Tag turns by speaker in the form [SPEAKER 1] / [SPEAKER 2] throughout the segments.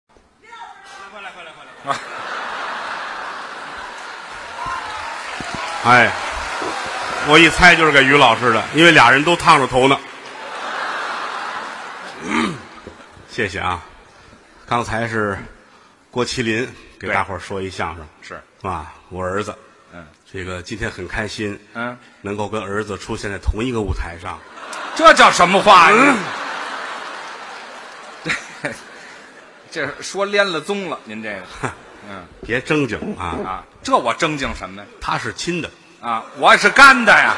[SPEAKER 1] 哎，我一猜就是给于老师的，因为俩人都烫着头呢。嗯谢谢啊，刚才是郭麒麟给
[SPEAKER 2] 对
[SPEAKER 1] 大伙儿说一相声，
[SPEAKER 2] 是，
[SPEAKER 1] 啊，我儿子，
[SPEAKER 2] 嗯
[SPEAKER 1] 这个今天很开心，
[SPEAKER 2] 嗯，
[SPEAKER 1] 能够跟儿子出现在同一个舞台上，
[SPEAKER 2] 这叫什么话呀？嗯 这这说连了宗了，您这个，嗯
[SPEAKER 1] 别正经啊，
[SPEAKER 2] 啊，这我正经什么呀？
[SPEAKER 1] 他是亲的，
[SPEAKER 2] 啊，我是干的呀！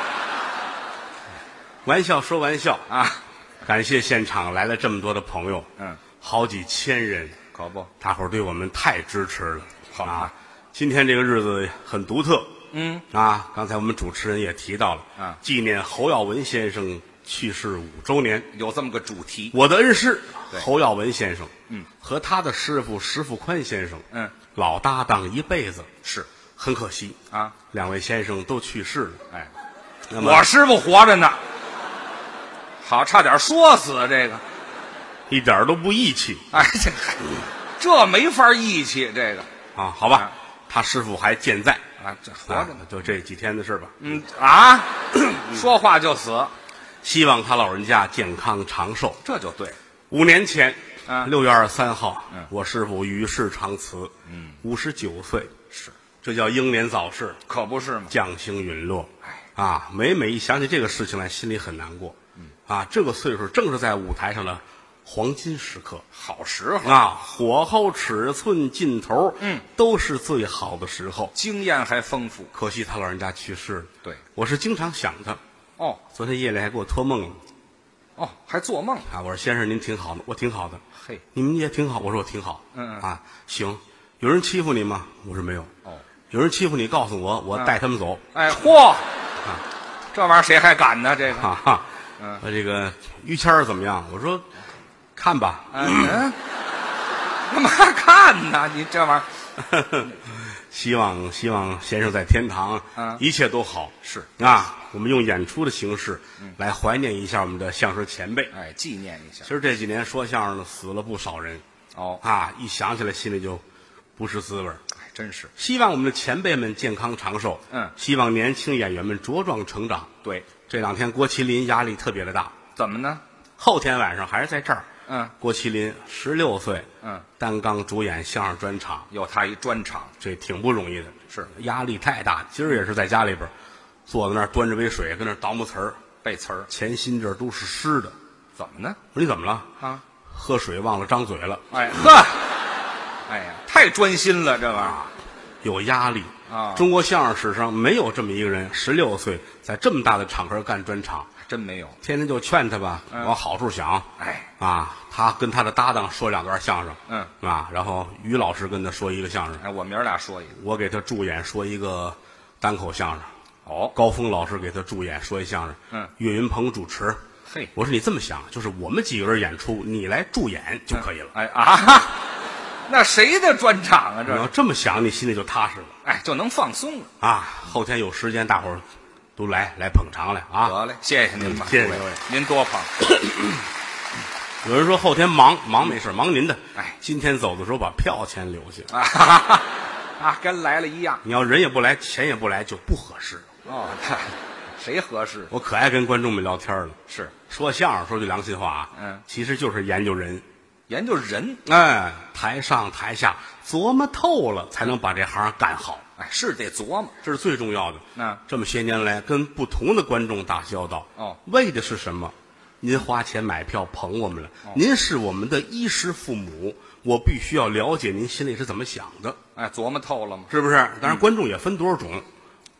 [SPEAKER 1] 玩笑说玩笑，
[SPEAKER 2] 啊，
[SPEAKER 1] 感谢现场来了这么多的朋友，
[SPEAKER 2] 嗯，
[SPEAKER 1] 好几千人，
[SPEAKER 2] 可不，
[SPEAKER 1] 大伙儿对我们太支持了，
[SPEAKER 2] 好
[SPEAKER 1] 啊！今天这个日子很独特，
[SPEAKER 2] 嗯
[SPEAKER 1] 啊，刚才我们主持人也提到了，
[SPEAKER 2] 啊
[SPEAKER 1] 纪念侯耀文先生去世五周年，
[SPEAKER 2] 有这么个主题，
[SPEAKER 1] 我的恩师
[SPEAKER 2] 对
[SPEAKER 1] 侯耀文先生，
[SPEAKER 2] 嗯，
[SPEAKER 1] 和他的师傅石富宽先生，
[SPEAKER 2] 嗯，
[SPEAKER 1] 老搭档一辈子，
[SPEAKER 2] 是
[SPEAKER 1] 很可惜，
[SPEAKER 2] 啊，
[SPEAKER 1] 两位先生都去世了。
[SPEAKER 2] 哎，
[SPEAKER 1] 那么
[SPEAKER 2] 我师傅活着呢，好，差点说死啊这个，
[SPEAKER 1] 一点儿都不义气
[SPEAKER 2] 哎，这这没法义气，这个
[SPEAKER 1] 啊，好吧
[SPEAKER 2] 啊，
[SPEAKER 1] 他师傅还健在，
[SPEAKER 2] 啊，这活
[SPEAKER 1] 啊
[SPEAKER 2] 着呢，，
[SPEAKER 1] 就这几天的事吧。
[SPEAKER 2] 嗯啊， 说话就死，
[SPEAKER 1] 希望他老人家健康长寿。
[SPEAKER 2] 这就对了，
[SPEAKER 1] 五年前
[SPEAKER 2] 啊，
[SPEAKER 1] 六月二十三号
[SPEAKER 2] 嗯，
[SPEAKER 1] 我师傅与世长辞，
[SPEAKER 2] 嗯，
[SPEAKER 1] 五十九岁，
[SPEAKER 2] 是，
[SPEAKER 1] 这叫英年早逝，
[SPEAKER 2] 可不是嘛，
[SPEAKER 1] 将星陨落。
[SPEAKER 2] 哎，
[SPEAKER 1] 啊，每每一想起这个事情来，心里很难过。嗯，啊，这个岁数正是在舞台上的黄金时刻
[SPEAKER 2] 好时候，
[SPEAKER 1] 啊，火候、尺寸、劲头，
[SPEAKER 2] 嗯，
[SPEAKER 1] 都是最好的时候。
[SPEAKER 2] 经验还丰富，
[SPEAKER 1] 可惜他老人家去世了，
[SPEAKER 2] 对，
[SPEAKER 1] 我是经常想他。
[SPEAKER 2] 哦
[SPEAKER 1] 昨天夜里还给我托梦了
[SPEAKER 2] 哦，还做梦，
[SPEAKER 1] 啊，我说先生您挺好的，我挺好的，
[SPEAKER 2] 嘿，
[SPEAKER 1] 你们也挺好，我说我挺好，
[SPEAKER 2] 嗯嗯
[SPEAKER 1] 啊，行，有人欺负你吗？我说没有，
[SPEAKER 2] 哦，
[SPEAKER 1] 有人欺负你告诉我，我带他们走，
[SPEAKER 2] 哎，嚯，啊这玩意儿谁还敢呢？这个，
[SPEAKER 1] 哈啊哈，
[SPEAKER 2] 嗯
[SPEAKER 1] 呃这个于谦儿怎么样？我说看吧，
[SPEAKER 2] 嗯，干嘛看呢？你这玩意儿
[SPEAKER 1] 希望希望先生在天堂，
[SPEAKER 2] 嗯
[SPEAKER 1] 一切都好。
[SPEAKER 2] 是，
[SPEAKER 1] 啊，我们用演出的形式
[SPEAKER 2] 嗯
[SPEAKER 1] 来怀念一下我们的相声前辈。
[SPEAKER 2] 哎，纪念一下
[SPEAKER 1] 其，实这几年说相声的死了不少人
[SPEAKER 2] 哦，
[SPEAKER 1] 啊，一想起来心里就不是滋味儿。
[SPEAKER 2] 哎，真是，
[SPEAKER 1] 希望我们的前辈们健康长寿，
[SPEAKER 2] 嗯
[SPEAKER 1] 希望年轻演员们茁壮成长。
[SPEAKER 2] 对，
[SPEAKER 1] 这两天郭麒麟压力特别的大，
[SPEAKER 2] 怎么呢？
[SPEAKER 1] 后天晚上还是在这儿。
[SPEAKER 2] 嗯，
[SPEAKER 1] 郭麒麟十六岁，
[SPEAKER 2] 嗯，
[SPEAKER 1] 单刚主演相声专场，
[SPEAKER 2] 有他一专场，
[SPEAKER 1] 这挺不容易的，
[SPEAKER 2] 是
[SPEAKER 1] 压力太大。今儿也是在家里边儿，坐在那儿端着杯水，跟那儿倒磨词儿，
[SPEAKER 2] 背词儿，
[SPEAKER 1] 前心这儿都是湿的。
[SPEAKER 2] 怎么呢？
[SPEAKER 1] 我说你怎么了？
[SPEAKER 2] 啊，
[SPEAKER 1] 喝水忘了张嘴了，
[SPEAKER 2] 哎呵，哎呀，太专心了，这玩意儿，
[SPEAKER 1] 有压力
[SPEAKER 2] 啊
[SPEAKER 1] 中国相声史上没有这么一个人，十六岁在这么大的场合干专场，
[SPEAKER 2] 真没有，
[SPEAKER 1] 天天就劝他吧，
[SPEAKER 2] 嗯
[SPEAKER 1] 往好处想。
[SPEAKER 2] 哎，
[SPEAKER 1] 啊，他跟他的搭档说两段相声，
[SPEAKER 2] 嗯
[SPEAKER 1] 啊，然后于老师跟他说一个相声，
[SPEAKER 2] 哎，我明儿俩说一个，
[SPEAKER 1] 我给他助演说一个单口相声，
[SPEAKER 2] 哦，
[SPEAKER 1] 高峰老师给他助演说一相声，
[SPEAKER 2] 嗯
[SPEAKER 1] 岳云鹏主持。
[SPEAKER 2] 嘿，
[SPEAKER 1] 我说你这么想，就是我们几个人演出，你来助演就可以了。
[SPEAKER 2] 哎啊，那谁的专场啊？
[SPEAKER 1] 你要
[SPEAKER 2] 这，
[SPEAKER 1] 这么想，你心里就踏实了
[SPEAKER 2] 哎，就能放松了。
[SPEAKER 1] 啊！后天有时间，大伙儿都来来捧场来啊！
[SPEAKER 2] 得嘞，谢谢您吧，
[SPEAKER 1] 谢谢
[SPEAKER 2] 各位
[SPEAKER 1] 各位
[SPEAKER 2] 您多捧，
[SPEAKER 1] 有人说后天忙忙没事，忙您的。
[SPEAKER 2] 哎
[SPEAKER 1] 今天走的时候把票钱留下，
[SPEAKER 2] 啊哈哈，啊，跟来了一样，
[SPEAKER 1] 你要人也不来，钱也不来，就不合适。
[SPEAKER 2] 哦， 看谁合适？
[SPEAKER 1] 我可爱跟观众们聊天了，
[SPEAKER 2] 是
[SPEAKER 1] 说相声说句良心话啊，
[SPEAKER 2] 嗯
[SPEAKER 1] 其实就是研究人。
[SPEAKER 2] 研究人，
[SPEAKER 1] 哎，台上台下琢磨透了，才能把这行干好，
[SPEAKER 2] 哎，是得琢磨，
[SPEAKER 1] 这是最重要的。
[SPEAKER 2] 嗯
[SPEAKER 1] 这么些年来跟不同的观众打交道，
[SPEAKER 2] 哦
[SPEAKER 1] 为的是什么？您花钱买票捧我们了，您是我们的衣食父母，我必须要了解您心里是怎么想的，
[SPEAKER 2] 哎，琢磨透了吗？
[SPEAKER 1] 是不嗯是？当然，观众也分多少种，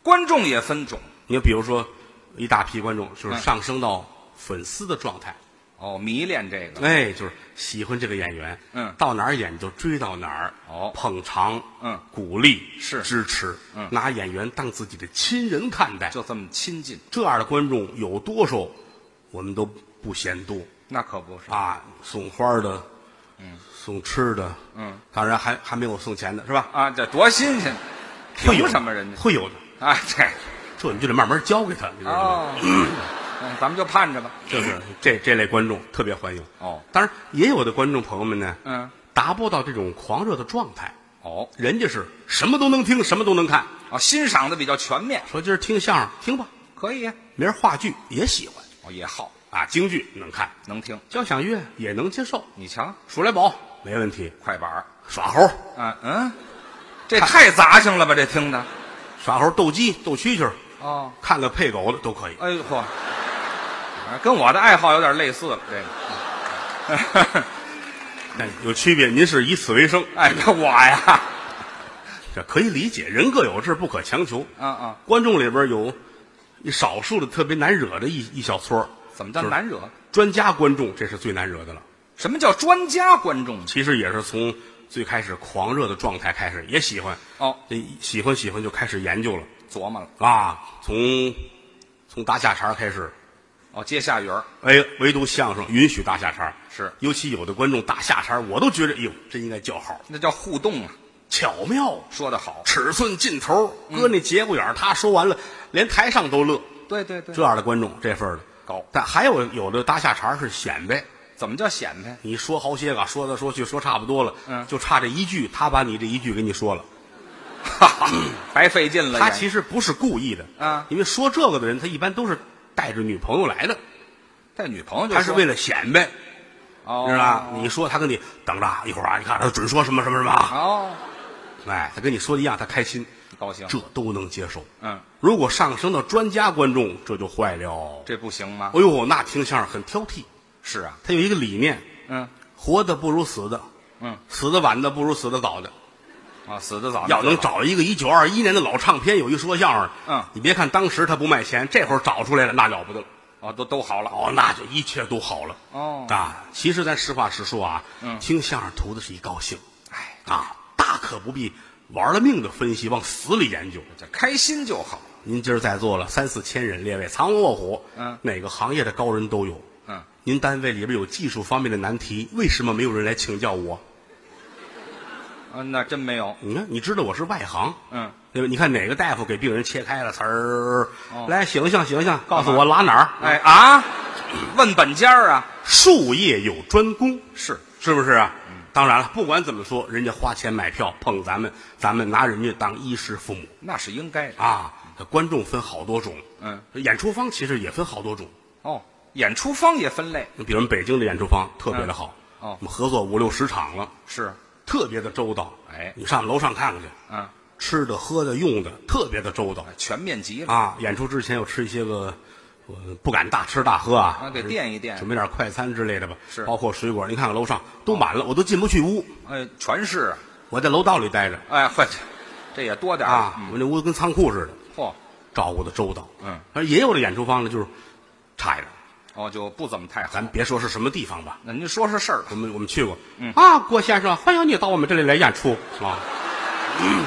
[SPEAKER 2] 观众也分种，
[SPEAKER 1] 你比如说，一大批观众就是
[SPEAKER 2] 嗯
[SPEAKER 1] 上升到粉丝的状态，
[SPEAKER 2] 哦，迷恋这个，
[SPEAKER 1] 哎，就是喜欢这个演员，
[SPEAKER 2] 嗯
[SPEAKER 1] 到哪儿演就追到哪儿，
[SPEAKER 2] 哦
[SPEAKER 1] 捧场，
[SPEAKER 2] 嗯
[SPEAKER 1] 鼓励
[SPEAKER 2] 是
[SPEAKER 1] 支持，
[SPEAKER 2] 嗯
[SPEAKER 1] 拿演员当自己的亲人看待，
[SPEAKER 2] 就这么亲近，
[SPEAKER 1] 这样的观众有多少，我们都不嫌多
[SPEAKER 2] 那可不是，
[SPEAKER 1] 啊，送花的，嗯，送吃的，
[SPEAKER 2] 嗯，
[SPEAKER 1] 当然还还没有送钱的，是吧？
[SPEAKER 2] 啊，这多新鲜！
[SPEAKER 1] 会有
[SPEAKER 2] 凭什么人家
[SPEAKER 1] 会有的，
[SPEAKER 2] 啊？这
[SPEAKER 1] 这你就得慢慢教给他，你知道吗？
[SPEAKER 2] 哦，嗯咱们就盼着吧。
[SPEAKER 1] 就是这这类观众特别欢迎。
[SPEAKER 2] 哦，
[SPEAKER 1] 当然也有的观众朋友们呢，
[SPEAKER 2] 嗯，
[SPEAKER 1] 达不到这种狂热的状态，
[SPEAKER 2] 哦
[SPEAKER 1] 人家是什么都能听，什么都能看。
[SPEAKER 2] 啊，欣赏的比较全面，
[SPEAKER 1] 说今儿听相声，听吧；
[SPEAKER 2] 可以呀，啊
[SPEAKER 1] 明儿话剧也喜欢
[SPEAKER 2] 哦也好，
[SPEAKER 1] 啊，京剧能看，
[SPEAKER 2] 能听。
[SPEAKER 1] 交响乐也能接受，
[SPEAKER 2] 你瞧，
[SPEAKER 1] 数来宝没问题，
[SPEAKER 2] 快板儿，
[SPEAKER 1] 耍猴、
[SPEAKER 2] 嗯嗯，这太杂性了吧？这听的，
[SPEAKER 1] 耍猴斗鸡、斗蛐蛐儿，
[SPEAKER 2] 哦，
[SPEAKER 1] 看个配狗的都可以。
[SPEAKER 2] 哎呦嚯，啊跟我的爱好有点类似了，这个。
[SPEAKER 1] 哎，有区别，您是以此为生，
[SPEAKER 2] 哎，那我呀，
[SPEAKER 1] 这可以理解。人各有志，不可强求。
[SPEAKER 2] 嗯嗯，
[SPEAKER 1] 观众里边有一少数的特别难惹的一一小撮儿
[SPEAKER 2] 怎么叫难惹？
[SPEAKER 1] 专家观众，这是最难惹的了。
[SPEAKER 2] 什么叫专家观众？
[SPEAKER 1] 其实也是从最开始狂热的状态开始，也喜欢
[SPEAKER 2] 哦，
[SPEAKER 1] 这一喜欢喜欢就开始研究了
[SPEAKER 2] 琢磨了，
[SPEAKER 1] 啊，从从搭下茬儿开始，
[SPEAKER 2] 哦，接下茬儿
[SPEAKER 1] 哎，唯独相声允许搭下茬儿
[SPEAKER 2] 是
[SPEAKER 1] 尤其有的观众搭下茬儿我都觉得，哎呦，这应该叫好，
[SPEAKER 2] 那叫互动啊，
[SPEAKER 1] 巧妙，
[SPEAKER 2] 说得好。
[SPEAKER 1] 尺寸尽头，
[SPEAKER 2] 嗯
[SPEAKER 1] 搁那节骨眼儿，他说完了，连台上都乐，
[SPEAKER 2] 对对对
[SPEAKER 1] 这，样的观众这份儿的
[SPEAKER 2] 高
[SPEAKER 1] 但还有有的搭下茬儿是显摆，
[SPEAKER 2] 怎么叫显摆？
[SPEAKER 1] 你说好些个，说来说去说差不多了，
[SPEAKER 2] 嗯
[SPEAKER 1] 就差这一句，他把你这一句给你 说了。
[SPEAKER 2] 哈哈，白费劲了。
[SPEAKER 1] 他
[SPEAKER 2] 演
[SPEAKER 1] 其实不是故意的
[SPEAKER 2] 啊
[SPEAKER 1] 因为说这个的人，他一般都是带着女朋友来的，
[SPEAKER 2] 带女朋友就
[SPEAKER 1] 他是为
[SPEAKER 2] 了
[SPEAKER 1] 了显摆，
[SPEAKER 2] 哦，
[SPEAKER 1] 是吧？你说他跟你等着啊一会儿啊，你看他准说什么什么什么啊，
[SPEAKER 2] 哦，
[SPEAKER 1] 哎，他跟你说的一样，他开心，
[SPEAKER 2] 高兴。
[SPEAKER 1] 这都能接受。
[SPEAKER 2] 嗯，
[SPEAKER 1] 如果上升到专家观众，这就坏了。
[SPEAKER 2] 这不行吗？
[SPEAKER 1] 哎呦，那听相声很挑剔，
[SPEAKER 2] 是啊，
[SPEAKER 1] 他有一个理念，
[SPEAKER 2] 嗯
[SPEAKER 1] 活的不如死的，
[SPEAKER 2] 嗯，
[SPEAKER 1] 死的晚的不如死的早的。
[SPEAKER 2] 啊，死的早，
[SPEAKER 1] 要能找一个一九二一年的老唱片，有一说相声，
[SPEAKER 2] 嗯
[SPEAKER 1] 你别看当时他不卖钱，这会儿找出来了，那了不得了。
[SPEAKER 2] 哦，都都好了。
[SPEAKER 1] 哦，那就一切都好了。
[SPEAKER 2] 哦
[SPEAKER 1] 啊，其实咱实话实说啊，
[SPEAKER 2] 嗯
[SPEAKER 1] 听相声图的是一高兴
[SPEAKER 2] 哎，
[SPEAKER 1] 啊，大可不必玩了命的分析，往死里研究。
[SPEAKER 2] 这开心就好。
[SPEAKER 1] 您今儿在座了三四千人，列位藏龙卧虎，
[SPEAKER 2] 嗯
[SPEAKER 1] 哪个行业的高人都有。
[SPEAKER 2] 嗯，
[SPEAKER 1] 您单位里边有技术方面的难题，为什么没有人来请教我？
[SPEAKER 2] 啊，那真没有。
[SPEAKER 1] 你看，你知道我是外行，
[SPEAKER 2] 嗯，
[SPEAKER 1] 对吧？你看哪个大夫给病人切开了，词儿、
[SPEAKER 2] 哦
[SPEAKER 1] 来醒醒醒醒，告诉
[SPEAKER 2] 干嘛
[SPEAKER 1] 我拉哪儿？
[SPEAKER 2] 哎啊，问本家儿啊，
[SPEAKER 1] 术业有专攻，
[SPEAKER 2] 是
[SPEAKER 1] 是不是啊？当然了，不管怎么说，人家花钱买票碰咱们，咱们拿人家当衣食父母
[SPEAKER 2] 那是应该的。
[SPEAKER 1] 啊。这观众分好多种，
[SPEAKER 2] 嗯，
[SPEAKER 1] 演出方其实也分好多种。
[SPEAKER 2] 哦，演出方也分类
[SPEAKER 1] 比如我们北京的演出方特别的好，
[SPEAKER 2] 嗯哦
[SPEAKER 1] 我们合作五六十场了，
[SPEAKER 2] 是，
[SPEAKER 1] 特别的周到。
[SPEAKER 2] 哎
[SPEAKER 1] 你上楼上看看去，
[SPEAKER 2] 嗯，
[SPEAKER 1] 吃的、喝的、用的特别的周到
[SPEAKER 2] 全面极了。
[SPEAKER 1] 啊。演出之前又吃一些个，我不敢大吃大喝啊，
[SPEAKER 2] 啊给垫一垫
[SPEAKER 1] 准备点快餐之类的吧，
[SPEAKER 2] 是
[SPEAKER 1] 包括水果。你看看楼上都满了，我都进不去屋，
[SPEAKER 2] 哎，全是啊。
[SPEAKER 1] 我在楼道里待着。
[SPEAKER 2] 哎， 坏，这也多点儿
[SPEAKER 1] 啊，我那屋子跟仓库似的，
[SPEAKER 2] 嚯、
[SPEAKER 1] 照顾的周到。
[SPEAKER 2] 嗯，
[SPEAKER 1] 而也有的演出方呢，就是差一点。
[SPEAKER 2] 哦，就不怎么太好
[SPEAKER 1] 咱。别说是什么地方吧，
[SPEAKER 2] 那您说说事儿吧
[SPEAKER 1] 我们我们去过。
[SPEAKER 2] 嗯
[SPEAKER 1] 啊，郭先生，欢迎你到我们这里来演出 啊。嗯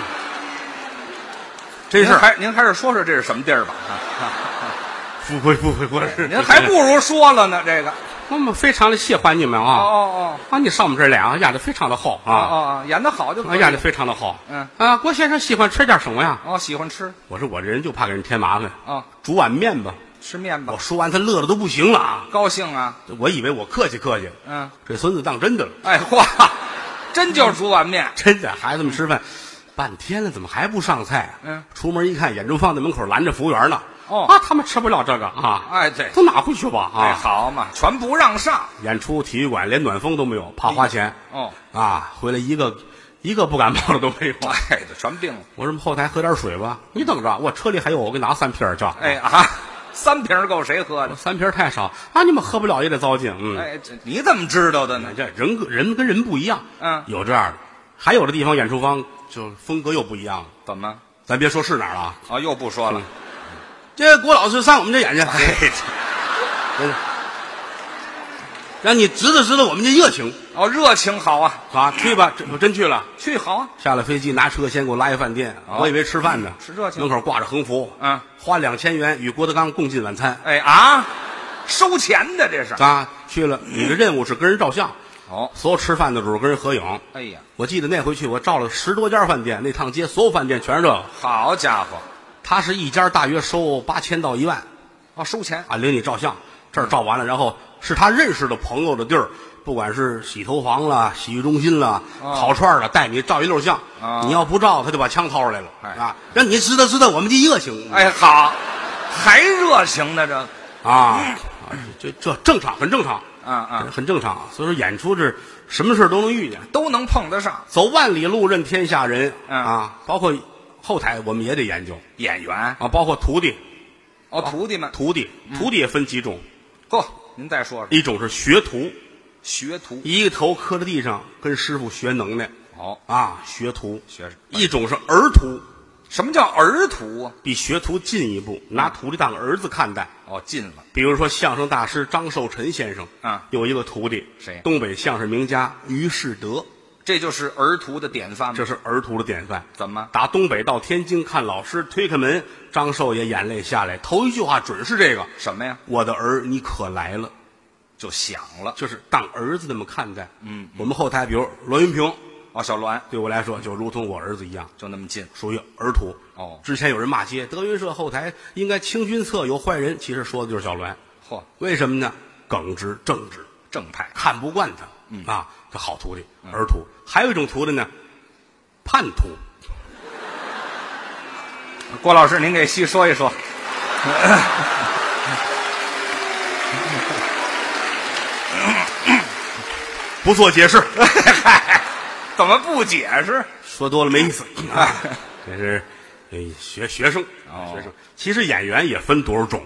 [SPEAKER 1] 真
[SPEAKER 2] 您
[SPEAKER 1] 是
[SPEAKER 2] 还您还是说说这是什么地儿吧？啊
[SPEAKER 1] 不会不会，我是
[SPEAKER 2] 您还不如说了呢。这个，
[SPEAKER 1] 我们非常的喜欢你们
[SPEAKER 2] 哦
[SPEAKER 1] 啊
[SPEAKER 2] 哦
[SPEAKER 1] 啊！你上我们这儿来啊，演的非常的好
[SPEAKER 2] 哦哦
[SPEAKER 1] 啊，
[SPEAKER 2] 哦，演的好就可
[SPEAKER 1] 啊
[SPEAKER 2] 以。
[SPEAKER 1] 演的非常的好。
[SPEAKER 2] 嗯
[SPEAKER 1] 啊，郭先生喜欢吃点什么呀？
[SPEAKER 2] 哦，喜欢吃
[SPEAKER 1] 我说我这人就怕给人添麻烦，
[SPEAKER 2] 啊，
[SPEAKER 1] 煮碗面吧。
[SPEAKER 2] 吃面吧
[SPEAKER 1] 我，说完他乐的都不行了啊！
[SPEAKER 2] 高兴啊，
[SPEAKER 1] 我以为我客气客气，
[SPEAKER 2] 嗯，
[SPEAKER 1] 这孙子当真的了，
[SPEAKER 2] 哎，嚯，真就煮碗面，
[SPEAKER 1] 真的，孩子们吃饭、半天了，怎么还不上菜、啊？
[SPEAKER 2] 嗯，
[SPEAKER 1] 出门一看，眼中放在门口拦着服务员呢。
[SPEAKER 2] 哦
[SPEAKER 1] 啊，他们吃不了这个啊，
[SPEAKER 2] 哎对
[SPEAKER 1] 都拿回去吧啊。
[SPEAKER 2] 哎，好嘛，全不让上，
[SPEAKER 1] 演出体育馆连暖风都没有，怕花钱、
[SPEAKER 2] 哦，
[SPEAKER 1] 啊，回来一个一个不感冒的都没有。
[SPEAKER 2] 哎，这全病了，
[SPEAKER 1] 我说我们后台喝点水吧，你等着，我车里还有，我给你拿三瓶儿去。
[SPEAKER 2] 哎，啊，三瓶儿够谁喝的？
[SPEAKER 1] 三瓶儿太少啊，你们喝不了也得糟践。嗯，
[SPEAKER 2] 哎，这你怎么知道的呢？
[SPEAKER 1] 这哎人跟人跟人不一样，
[SPEAKER 2] 嗯
[SPEAKER 1] 有这样的，还有的地方演出方就风格又不一样了。
[SPEAKER 2] 怎么？
[SPEAKER 1] 咱别说是哪儿了啊，
[SPEAKER 2] 哦，又不说了，
[SPEAKER 1] 这郭老师上我们这演去，
[SPEAKER 2] 哎，这
[SPEAKER 1] 让你知道知道我们这热情
[SPEAKER 2] 哦，热情好啊，
[SPEAKER 1] 啊！去吧，这我真去了。
[SPEAKER 2] 去好啊，
[SPEAKER 1] 下了飞机，拿车先给我拉一饭店，
[SPEAKER 2] 哦
[SPEAKER 1] 我以为吃饭呢，
[SPEAKER 2] 吃热情
[SPEAKER 1] 门口挂着横幅，
[SPEAKER 2] 嗯，
[SPEAKER 1] 花两千元与郭德纲共进晚餐
[SPEAKER 2] 哎啊，收钱的这是，
[SPEAKER 1] 啊！去了，你的任务是跟人照相，
[SPEAKER 2] 哦，
[SPEAKER 1] 所有吃饭的主跟人合影。
[SPEAKER 2] 哎呀，
[SPEAKER 1] 我记得那回去，我照了十多家饭店，那趟街所有饭店全是这个。
[SPEAKER 2] 好家伙，
[SPEAKER 1] 他是一家大约收八千到一万
[SPEAKER 2] 哦，收钱，
[SPEAKER 1] 啊，领你照相，这儿照完了，然后是他认识的朋友的地儿，不管是洗头房了、洗浴中心了、烤串儿了，带你照一溜相。
[SPEAKER 2] 啊
[SPEAKER 1] 你要不照，他就把枪掏出来了
[SPEAKER 2] 哎
[SPEAKER 1] 啊！让你知道知道我们这热情。
[SPEAKER 2] 哎，好，还热情呢这，
[SPEAKER 1] 啊，啊这这正常，很正常，
[SPEAKER 2] 啊啊，
[SPEAKER 1] 很正常。所以说演出是什么事儿都能遇见，
[SPEAKER 2] 都能碰得上
[SPEAKER 1] 走万里路任天下人
[SPEAKER 2] 嗯
[SPEAKER 1] 啊，包括后台我们也得研究
[SPEAKER 2] 演员
[SPEAKER 1] 啊，包括徒弟，
[SPEAKER 2] 哦，徒弟们，
[SPEAKER 1] 徒弟，
[SPEAKER 2] 嗯
[SPEAKER 1] 徒弟也分几种，
[SPEAKER 2] 呵，您再说说
[SPEAKER 1] 一种是学徒，
[SPEAKER 2] 学徒，
[SPEAKER 1] 一个头磕在地上跟师傅学能耐
[SPEAKER 2] 好，
[SPEAKER 1] 啊，学徒；
[SPEAKER 2] 哦学生
[SPEAKER 1] 一种是儿徒，
[SPEAKER 2] 什么叫儿徒啊？
[SPEAKER 1] 比学徒进一步，拿徒弟当儿子看待。
[SPEAKER 2] 哦，进了，
[SPEAKER 1] 比如说相声大师张寿臣先生，
[SPEAKER 2] 嗯
[SPEAKER 1] 有一个徒弟，
[SPEAKER 2] 谁
[SPEAKER 1] 东北相声名家于士德，
[SPEAKER 2] 这就是儿徒的典范吗？
[SPEAKER 1] 这是儿徒的典范。
[SPEAKER 2] 怎么？
[SPEAKER 1] 打东北到天津看老师，推开门，张寿也眼泪下来，头一句话准是这个
[SPEAKER 2] 什么呀？：“
[SPEAKER 1] 我的儿，你可来了。
[SPEAKER 2] 就响”了
[SPEAKER 1] 就是当儿子那么看待。嗯，我们后台比如罗云平，
[SPEAKER 2] 哦，小栾
[SPEAKER 1] 对我来说就如同我儿子一样，
[SPEAKER 2] 就那么近，
[SPEAKER 1] 属于儿徒。
[SPEAKER 2] 哦
[SPEAKER 1] 之前有人骂街，德云社后台应该清君侧有坏人，其实说的就是小栾。
[SPEAKER 2] 嚯，
[SPEAKER 1] 为什么呢？耿直正直，
[SPEAKER 2] 正派
[SPEAKER 1] 看不惯他。
[SPEAKER 2] 嗯
[SPEAKER 1] 啊，这好徒弟，儿徒。还有一种徒弟呢，叛徒。
[SPEAKER 2] 郭老师，您给细说一说。
[SPEAKER 1] 不做解 释，
[SPEAKER 2] 嗨，怎么不解释？
[SPEAKER 1] 说多了没意 思啊。这是呃学学生，
[SPEAKER 2] 哦
[SPEAKER 1] 学生。其实演员也分多少种，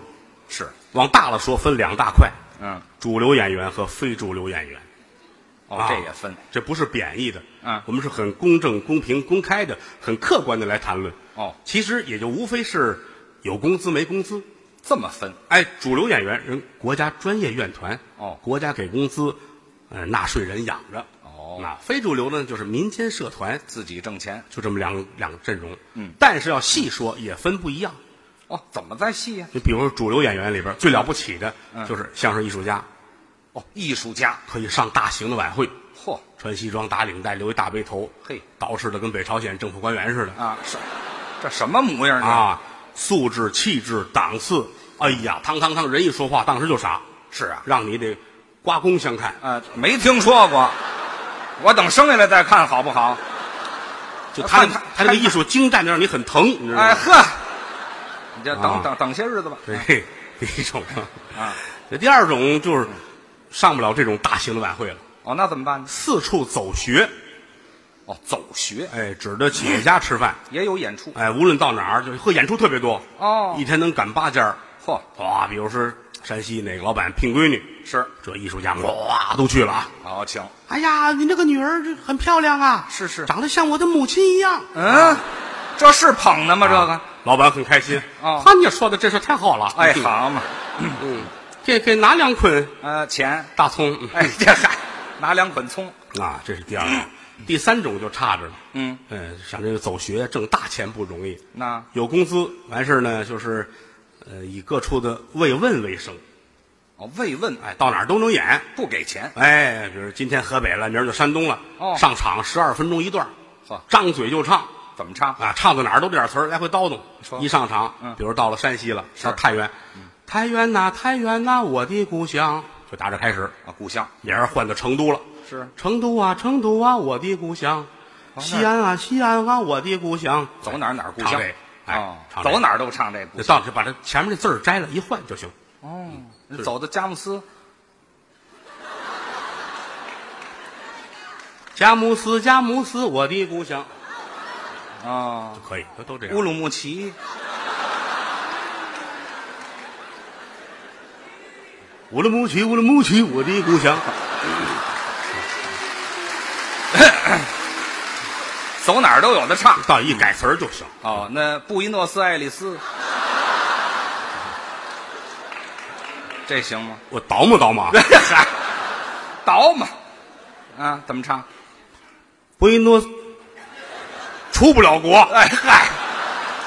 [SPEAKER 2] 是，
[SPEAKER 1] 往大了说分两大块，
[SPEAKER 2] 嗯，
[SPEAKER 1] 主流演员和非主流演员。
[SPEAKER 2] 哦
[SPEAKER 1] 啊，
[SPEAKER 2] 这也分，
[SPEAKER 1] 这不是贬义的，
[SPEAKER 2] 嗯
[SPEAKER 1] 我们是很公正、公平、公开的、很客观的来谈论。
[SPEAKER 2] 哦，
[SPEAKER 1] 其实也就无非是有工资没工资。
[SPEAKER 2] 这么分，
[SPEAKER 1] 哎，主流演员人国家专业院团，
[SPEAKER 2] 哦
[SPEAKER 1] 国家给工资，呃，纳税人养着。
[SPEAKER 2] 哦
[SPEAKER 1] 那非主流呢，就是民间社团，
[SPEAKER 2] 自己挣钱。
[SPEAKER 1] 就这么两两个阵容。嗯，但是要细说也分不一样。
[SPEAKER 2] 哦，怎么在戏呀、
[SPEAKER 1] 你比如说主流演员里边最了不起的
[SPEAKER 2] 嗯
[SPEAKER 1] 就是相声艺术家，
[SPEAKER 2] 哦，艺术家，
[SPEAKER 1] 可以上大型的晚会，
[SPEAKER 2] 嚯，
[SPEAKER 1] 穿西装打领带，留一大背头，
[SPEAKER 2] 嘿，
[SPEAKER 1] 捯饬的跟北朝鲜政府官员似的
[SPEAKER 2] 啊，是，这什么模样啊？
[SPEAKER 1] 啊，素质、气质、档次，哎呀，堂堂堂人一说话，当时就傻，
[SPEAKER 2] 是啊，
[SPEAKER 1] 让你得刮目相看。
[SPEAKER 2] 啊，没听说过，我等生下来再看好不好？
[SPEAKER 1] 就他
[SPEAKER 2] 看啊他
[SPEAKER 1] 他这个艺术精湛的让你很疼，你知道
[SPEAKER 2] 哎
[SPEAKER 1] 吗？
[SPEAKER 2] 呵，你就等、
[SPEAKER 1] 啊
[SPEAKER 2] 等等些日子吧。
[SPEAKER 1] 对，哎第一种
[SPEAKER 2] 啊，
[SPEAKER 1] 这 第二种就是上不了这种大型的晚会了，
[SPEAKER 2] 哦，那怎么办呢？
[SPEAKER 1] 四处走学。
[SPEAKER 2] 哦，走学
[SPEAKER 1] 哎，指着企业家吃饭，
[SPEAKER 2] 也有演出。
[SPEAKER 1] 哎，无论到哪儿，就是会演出特别多
[SPEAKER 2] 哦
[SPEAKER 1] 一天能赶八家儿
[SPEAKER 2] 嚯，
[SPEAKER 1] 哇，比如说山西哪个老板聘闺女，
[SPEAKER 2] 是，
[SPEAKER 1] 这艺术家哇都去了啊。
[SPEAKER 2] 好，请，
[SPEAKER 1] 哎呀，你这个女儿这很漂亮啊，
[SPEAKER 2] 是是
[SPEAKER 1] 长得像我的母亲一样。
[SPEAKER 2] 嗯，这是捧的吗？这个，
[SPEAKER 1] 老板很开心
[SPEAKER 2] 哦
[SPEAKER 1] 他你说的这事太啊好了，
[SPEAKER 2] 哎，
[SPEAKER 1] 嗯，
[SPEAKER 2] 好嘛，
[SPEAKER 1] 给给拿两捆
[SPEAKER 2] 呃，钱，
[SPEAKER 1] 大葱，嗯
[SPEAKER 2] 哎，这嗨，拿两捆葱，
[SPEAKER 1] 啊，这是第二种，第三种就差着了，
[SPEAKER 2] 嗯，
[SPEAKER 1] 嗯，像这个走学挣大钱不容易，
[SPEAKER 2] 那
[SPEAKER 1] 有工资完事儿呢，就是，呃，以各处的慰问为生，
[SPEAKER 2] 哦，慰问，哎，
[SPEAKER 1] 哎，到哪儿都能演，
[SPEAKER 2] 不给钱，
[SPEAKER 1] 哎，比如今天河北了，明儿就山东了，
[SPEAKER 2] 哦
[SPEAKER 1] 上场十二分钟一段儿
[SPEAKER 2] 呵，
[SPEAKER 1] 张嘴就唱
[SPEAKER 2] 怎么唱？
[SPEAKER 1] 啊，唱到哪儿都这点词儿，来回叨叨。
[SPEAKER 2] 说
[SPEAKER 1] 一上场，
[SPEAKER 2] 嗯
[SPEAKER 1] 比如到了山西了，到太原，太原呐、太原呐、我的故乡，就打这开始，
[SPEAKER 2] 啊，故乡
[SPEAKER 1] 也是换到成都了，
[SPEAKER 2] 是
[SPEAKER 1] 成都啊，成都啊，我的故乡，
[SPEAKER 2] 那儿
[SPEAKER 1] 西安啊，西安啊，我的故乡，
[SPEAKER 2] 走哪儿哪儿故
[SPEAKER 1] 唱
[SPEAKER 2] 乡
[SPEAKER 1] 这个，哎
[SPEAKER 2] 哦，
[SPEAKER 1] 唱这个
[SPEAKER 2] 走哪儿都唱这故
[SPEAKER 1] 就
[SPEAKER 2] 乡。
[SPEAKER 1] 到这把这前面这字儿摘了一换就行。
[SPEAKER 2] 哦，走到佳木斯，
[SPEAKER 1] 佳木斯，佳木斯，我的故乡，
[SPEAKER 2] 哦，
[SPEAKER 1] 可以，都都这样
[SPEAKER 2] 乌。鲁木齐，
[SPEAKER 1] 乌鲁木齐，乌鲁木齐，我的故乡。
[SPEAKER 2] 走哪儿都有的唱。
[SPEAKER 1] 到一改词儿就行。
[SPEAKER 2] 哦，那布宜诺斯艾利斯，这行吗？。
[SPEAKER 1] 我倒磨啊倒磨
[SPEAKER 2] 嗨，倒嘛，啊，怎么唱？
[SPEAKER 1] 布宜诺斯出不了国，
[SPEAKER 2] 哎嗨，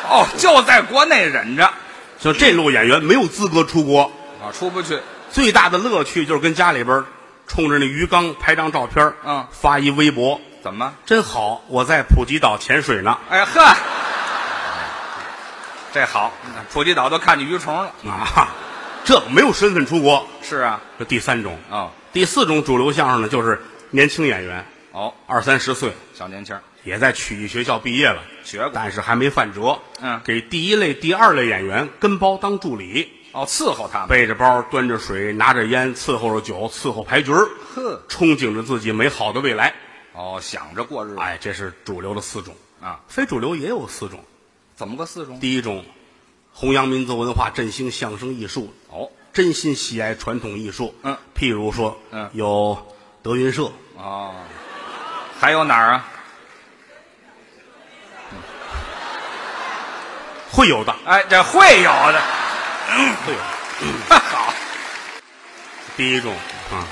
[SPEAKER 2] 哦，就在国内忍着啊
[SPEAKER 1] 像这路演员没有资格出国。，
[SPEAKER 2] 出不去。
[SPEAKER 1] 最大的乐趣就是跟家里边儿冲着那鱼缸拍张照片，
[SPEAKER 2] 嗯
[SPEAKER 1] 发一微博，
[SPEAKER 2] 怎么？
[SPEAKER 1] 真好。我在普吉岛潜水呢，
[SPEAKER 2] 哎呵，这好，普吉岛都看见鱼虫了。
[SPEAKER 1] 啊，这个没有身份出国。
[SPEAKER 2] 是啊，
[SPEAKER 1] 这第三种，
[SPEAKER 2] 哦，
[SPEAKER 1] 第四种主流相声呢，就是年轻演员，
[SPEAKER 2] 哦，
[SPEAKER 1] 二三十岁，
[SPEAKER 2] 小年轻儿
[SPEAKER 1] 也在曲艺学校毕业了，
[SPEAKER 2] 学过
[SPEAKER 1] 但是还没犯辙。
[SPEAKER 2] 哎嗯
[SPEAKER 1] 给第一类、第二类演员跟包当助理，
[SPEAKER 2] 哦，伺候他们，
[SPEAKER 1] 背着包，端着水，拿着烟，伺候着酒，伺候牌局儿，
[SPEAKER 2] 呵，
[SPEAKER 1] 憧憬着自己美好的未来。
[SPEAKER 2] 哦，想着过日子
[SPEAKER 1] 哎，这是主流的四种，
[SPEAKER 2] 啊，
[SPEAKER 1] 非主流也有四种。
[SPEAKER 2] 怎么个四种？
[SPEAKER 1] 第一种，弘扬民族文化，振兴相声艺术，
[SPEAKER 2] 哦，
[SPEAKER 1] 真心喜爱传统艺术。
[SPEAKER 2] 嗯，
[SPEAKER 1] 譬如说，
[SPEAKER 2] 嗯
[SPEAKER 1] 有德云社，
[SPEAKER 2] 哦，还有哪儿啊？
[SPEAKER 1] 会有的，
[SPEAKER 2] 哎，这会有的，
[SPEAKER 1] 会有的。
[SPEAKER 2] 好，
[SPEAKER 1] 第一种啊，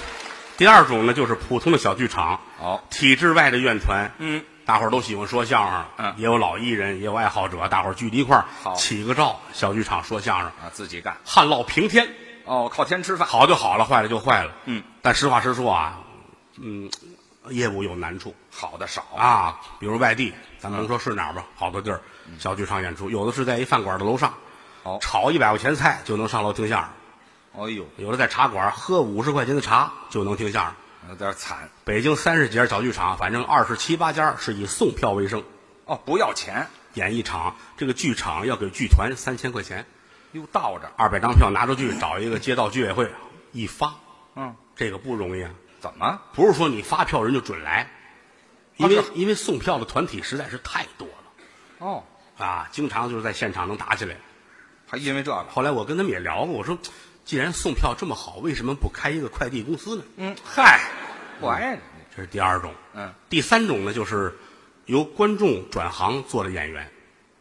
[SPEAKER 1] 第二种呢，就是普通的小剧场，
[SPEAKER 2] 哦，
[SPEAKER 1] 体制外的院团。
[SPEAKER 2] 嗯，
[SPEAKER 1] 大伙儿都喜欢说相声，
[SPEAKER 2] 嗯
[SPEAKER 1] 也有老艺人，也有爱好者，大伙儿聚在一块儿
[SPEAKER 2] 好
[SPEAKER 1] 起个照，小剧场说相声，
[SPEAKER 2] 啊，自己干，
[SPEAKER 1] 旱涝平天，
[SPEAKER 2] 哦，靠天吃饭，
[SPEAKER 1] 好就好了，坏了就坏了。
[SPEAKER 2] 嗯，
[SPEAKER 1] 但实话实说啊，嗯，业务有难处
[SPEAKER 2] 好的少，
[SPEAKER 1] 啊，比如外地，咱甭说是哪儿
[SPEAKER 2] 嗯
[SPEAKER 1] 吧，好多地儿小剧场演出，有的是在一饭馆的楼上，
[SPEAKER 2] 哦
[SPEAKER 1] 炒一百块钱菜就能上楼听相声，
[SPEAKER 2] 哎呦，
[SPEAKER 1] 有的在茶馆喝五十块钱的茶就能听相声。
[SPEAKER 2] 有点惨，
[SPEAKER 1] 北京三十几家小剧场，反正二十七八家是以送票为生。
[SPEAKER 2] 哦，不要钱，
[SPEAKER 1] 演一场，这个剧场要给剧团三千块钱，
[SPEAKER 2] 又倒着，
[SPEAKER 1] 二百张票拿出去，找一个街道居委会一发，
[SPEAKER 2] 嗯，
[SPEAKER 1] 这个不容易啊！
[SPEAKER 2] 怎么？
[SPEAKER 1] 不是说你发票人就准来，因为、
[SPEAKER 2] 啊
[SPEAKER 1] 因为送票的团体实在是太多了
[SPEAKER 2] 哦，
[SPEAKER 1] 啊，经常就是在现场能打起来。
[SPEAKER 2] 还因为这个，
[SPEAKER 1] 后来我跟他们也聊过，我说既然送票这么好，为什么不开一个快递公司呢？
[SPEAKER 2] 嗯，嗨，不挨着你，
[SPEAKER 1] 这是第二种。
[SPEAKER 2] 嗯，
[SPEAKER 1] 第三种呢，就是由观众转行做的演员。